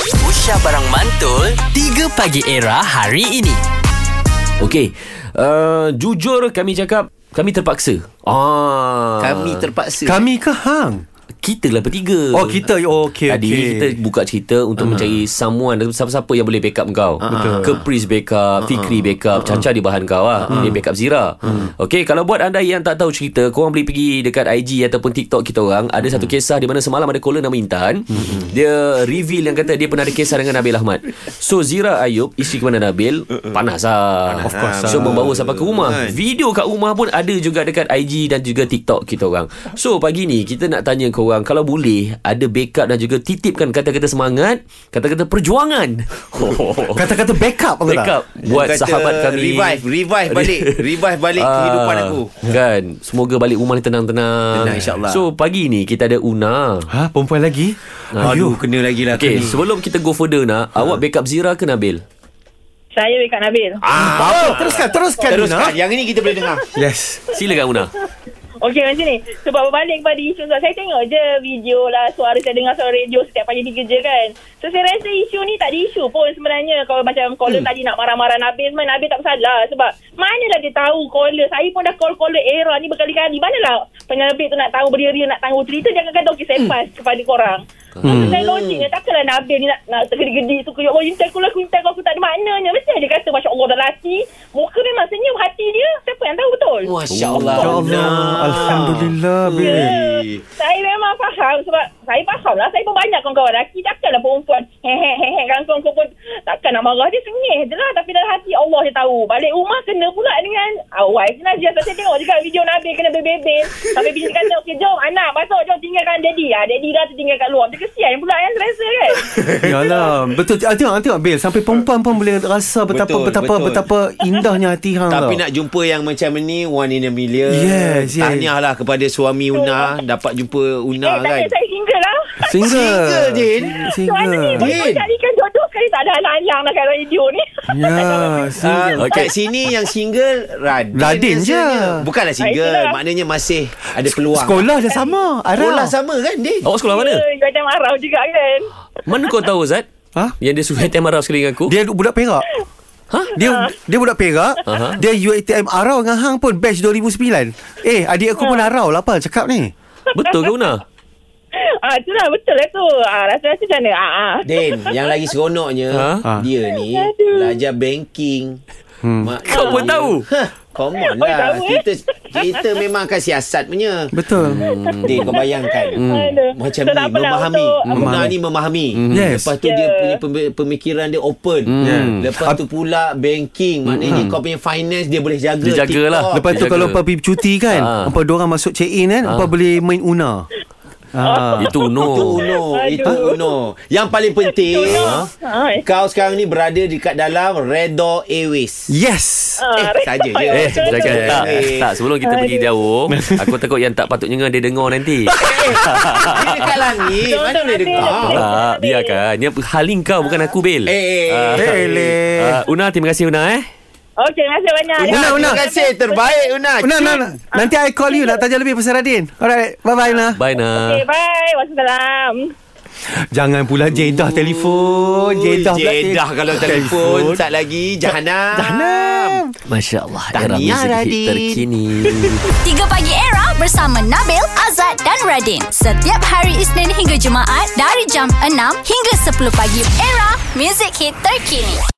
Aisyah Barang Mantul 3 Pagi Era hari ini Okey, uh, jujur kami cakap kami terpaksa. Ah. Kami terpaksa. Kami ke hang? kita lah bertiga. Oh kita oh, okay, Tadi okay. okay. kita buka cerita untuk uh-huh. mencari someone siapa-siapa yang boleh backup kau. Uh-huh. Kepris backup, uh-huh. Fikri backup, uh-huh. Caca di bahan kau lah. Uh-huh. Dia backup Zira. Uh-huh. Okey, kalau buat anda yang tak tahu cerita, korang boleh pergi dekat IG ataupun TikTok kita orang. Ada uh-huh. satu kisah di mana semalam ada caller nama Intan. Uh-huh. Dia reveal yang kata dia pernah ada kisah dengan Nabil Ahmad. So Zira Ayub, isteri kepada Nabil, panas lah. Of course. So membawa sampai ke rumah. Video kat rumah pun ada juga dekat IG dan juga TikTok kita orang. So pagi ni kita nak tanya korang korang kalau boleh ada backup dan juga titipkan kata-kata semangat, kata-kata perjuangan. Kata-kata backup apa backup buat Kata, sahabat kami. Revive Revive balik Revive balik Ah, kehidupan aku Kan Semoga balik rumah ni tenang-tenang Tenang, insyaAllah. So pagi ni kita ada Una Ha, perempuan lagi? Ah. Aduh kena lagi lah Okay okay. sebelum kita go further nak Ha. Awak backup Zira ke Nabil? Saya dekat Nabil. Ah, teruskan, teruskan, Teruskan lah. Lina. Yang ini kita boleh dengar Yes. Silakan Una Okey macam ni. Sebab berbalik kepada isu sebab saya tengok je video lah suara saya dengar suara radio setiap pagi pergi kerja kan. So saya rasa isu ni tak ada isu pun sebenarnya. Kalau macam caller hmm. tadi nak marah-marah Nabil sebenarnya Nabil tak bersalah. Sebab manalah dia tahu caller. Saya pun dah call caller era ni berkali-kali. Manalah penerbit tu nak tahu beria nak tahu cerita. Jangan kata okey saya pass kepada korang. Hmm. Saya logiknya takkanlah Nabil ni nak, nak tergedi-gedi tu kuyuk. Oh cinta aku lah, aku cinta aku, aku tak ada maknanya. Mesti dia kata Masya Allah dah lelaki. Muka memang senyum hati dia. Siapa yang tahu betul? Masya Allah Ya Allah, Alhamdulillah. babe. Saya memang faham sebab saya faham lah. Saya pun banyak kawan-kawan lelaki. Takkanlah perempuan hehehe kan kau kau pun takkan nak marah dia sengih je lah. Tapi dalam hati Allah je tahu. Balik rumah kena pula dengan awal je lah. Biasa saya tengok juga video Nabi kena bebel-bebel. Sampai bini kata okey jom anak masuk jom tinggalkan daddy. Ah, daddy dah tertinggal kat luar. Dia kesian pula kan rasa kan. Yalah, betul. Ah, tengok, tengok Bil, sampai perempuan pun boleh rasa betapa Betul, betapa betul. betapa indahnya hati hang. Tapi tau. nak jumpa yang macam ni One in a million Yes, yes. Tahniahlah kepada suami Una Dapat jumpa eh, Una tak ada, kan saya single lah. single. Single, Din. Soalnya ni, Single. boleh carikan jodoh sekali tak ada alang-alang lah kat radio ni. Ya, Uh, single. okay. Kat sini yang single Radin, Radin je. rasanya. Bukanlah Ah, single itulah. Maknanya masih ada peluang Sekolah lah. Oh, dah sama. Ara. Sekolah sama kan Din Awak sekolah mana? Ya, Macam marah juga kan. Mana kau tahu Zat? Ha? Yang dia suruh time marah sekali dengan aku Dia budak Perak. Ha? Dia dia budak Perak. Aha. Dia UiTM Arau dengan hang pun batch 2009. Eh, adik aku pun Arau lah apa cakap ni. Betul ke Una? Ah, itulah betul lah tu. Ah, rasa-rasa macam mana? Ah, ah. Din, yang lagi seronoknya Ha? ha? dia ni Aduh. belajar banking. Hmm. Mak Kau pun tahu? Hah, come on Oh, lah. tahu, eh? Kita kita memang akan siasat punya. Hmm, Betul. Hmm. Din, kau bayangkan. Aduh. Hmm, Macam So, ni tak apalah memahami. Hmm. untuk- Guna ni memahami. Yes. Lepas tu Ya. dia punya pem- pemikiran dia open. Ya. Lepas tu pula banking. Maknanya kau punya finance dia boleh jaga. Dia jagalah. TikTok. Lepas tu Jaga. kalau Empa pergi cuti kan Ah. Empa dua orang masuk check in kan Empa boleh main Una ah. Itu Itu no Uno Aduh. Itu Uno Yang paling penting ha? Ah, eh. Kau sekarang ni berada dekat dalam Redo Airways Yes Ah, Eh, saja je. Eh, betul jangan tu. tak, Eh. tak sebelum kita pergi jauh, aku takut yang tak patut dengar dia dengar nanti. Dia dekat langit Betul, Mana betul, boleh betul. dengar tak, Ah, biarkan. Ini hal kau bukan aku, Bil. Eh, Ah, Eh, leh. ah, Una, terima kasih Una eh. Okey, terima kasih banyak. Una, Una, terima Una. kasih Terbaik Una Una, Una, Una. Nanti I call you Nak tanya lebih pasal Radin Alright Bye-bye Una Bye Ah. Una. Okey, bye. Wassalam. Jangan pula jedah telefon Jedah pula Jedah kalau telefon Sat lagi Jahanam Jahanam Masya Allah, era Tahniah, muzik hit Radin. terkini. 3 Pagi Era bersama Nabil, Azad dan Radin. Setiap hari Isnin hingga Jumaat dari jam 6 hingga 10 pagi. Era, music hit terkini.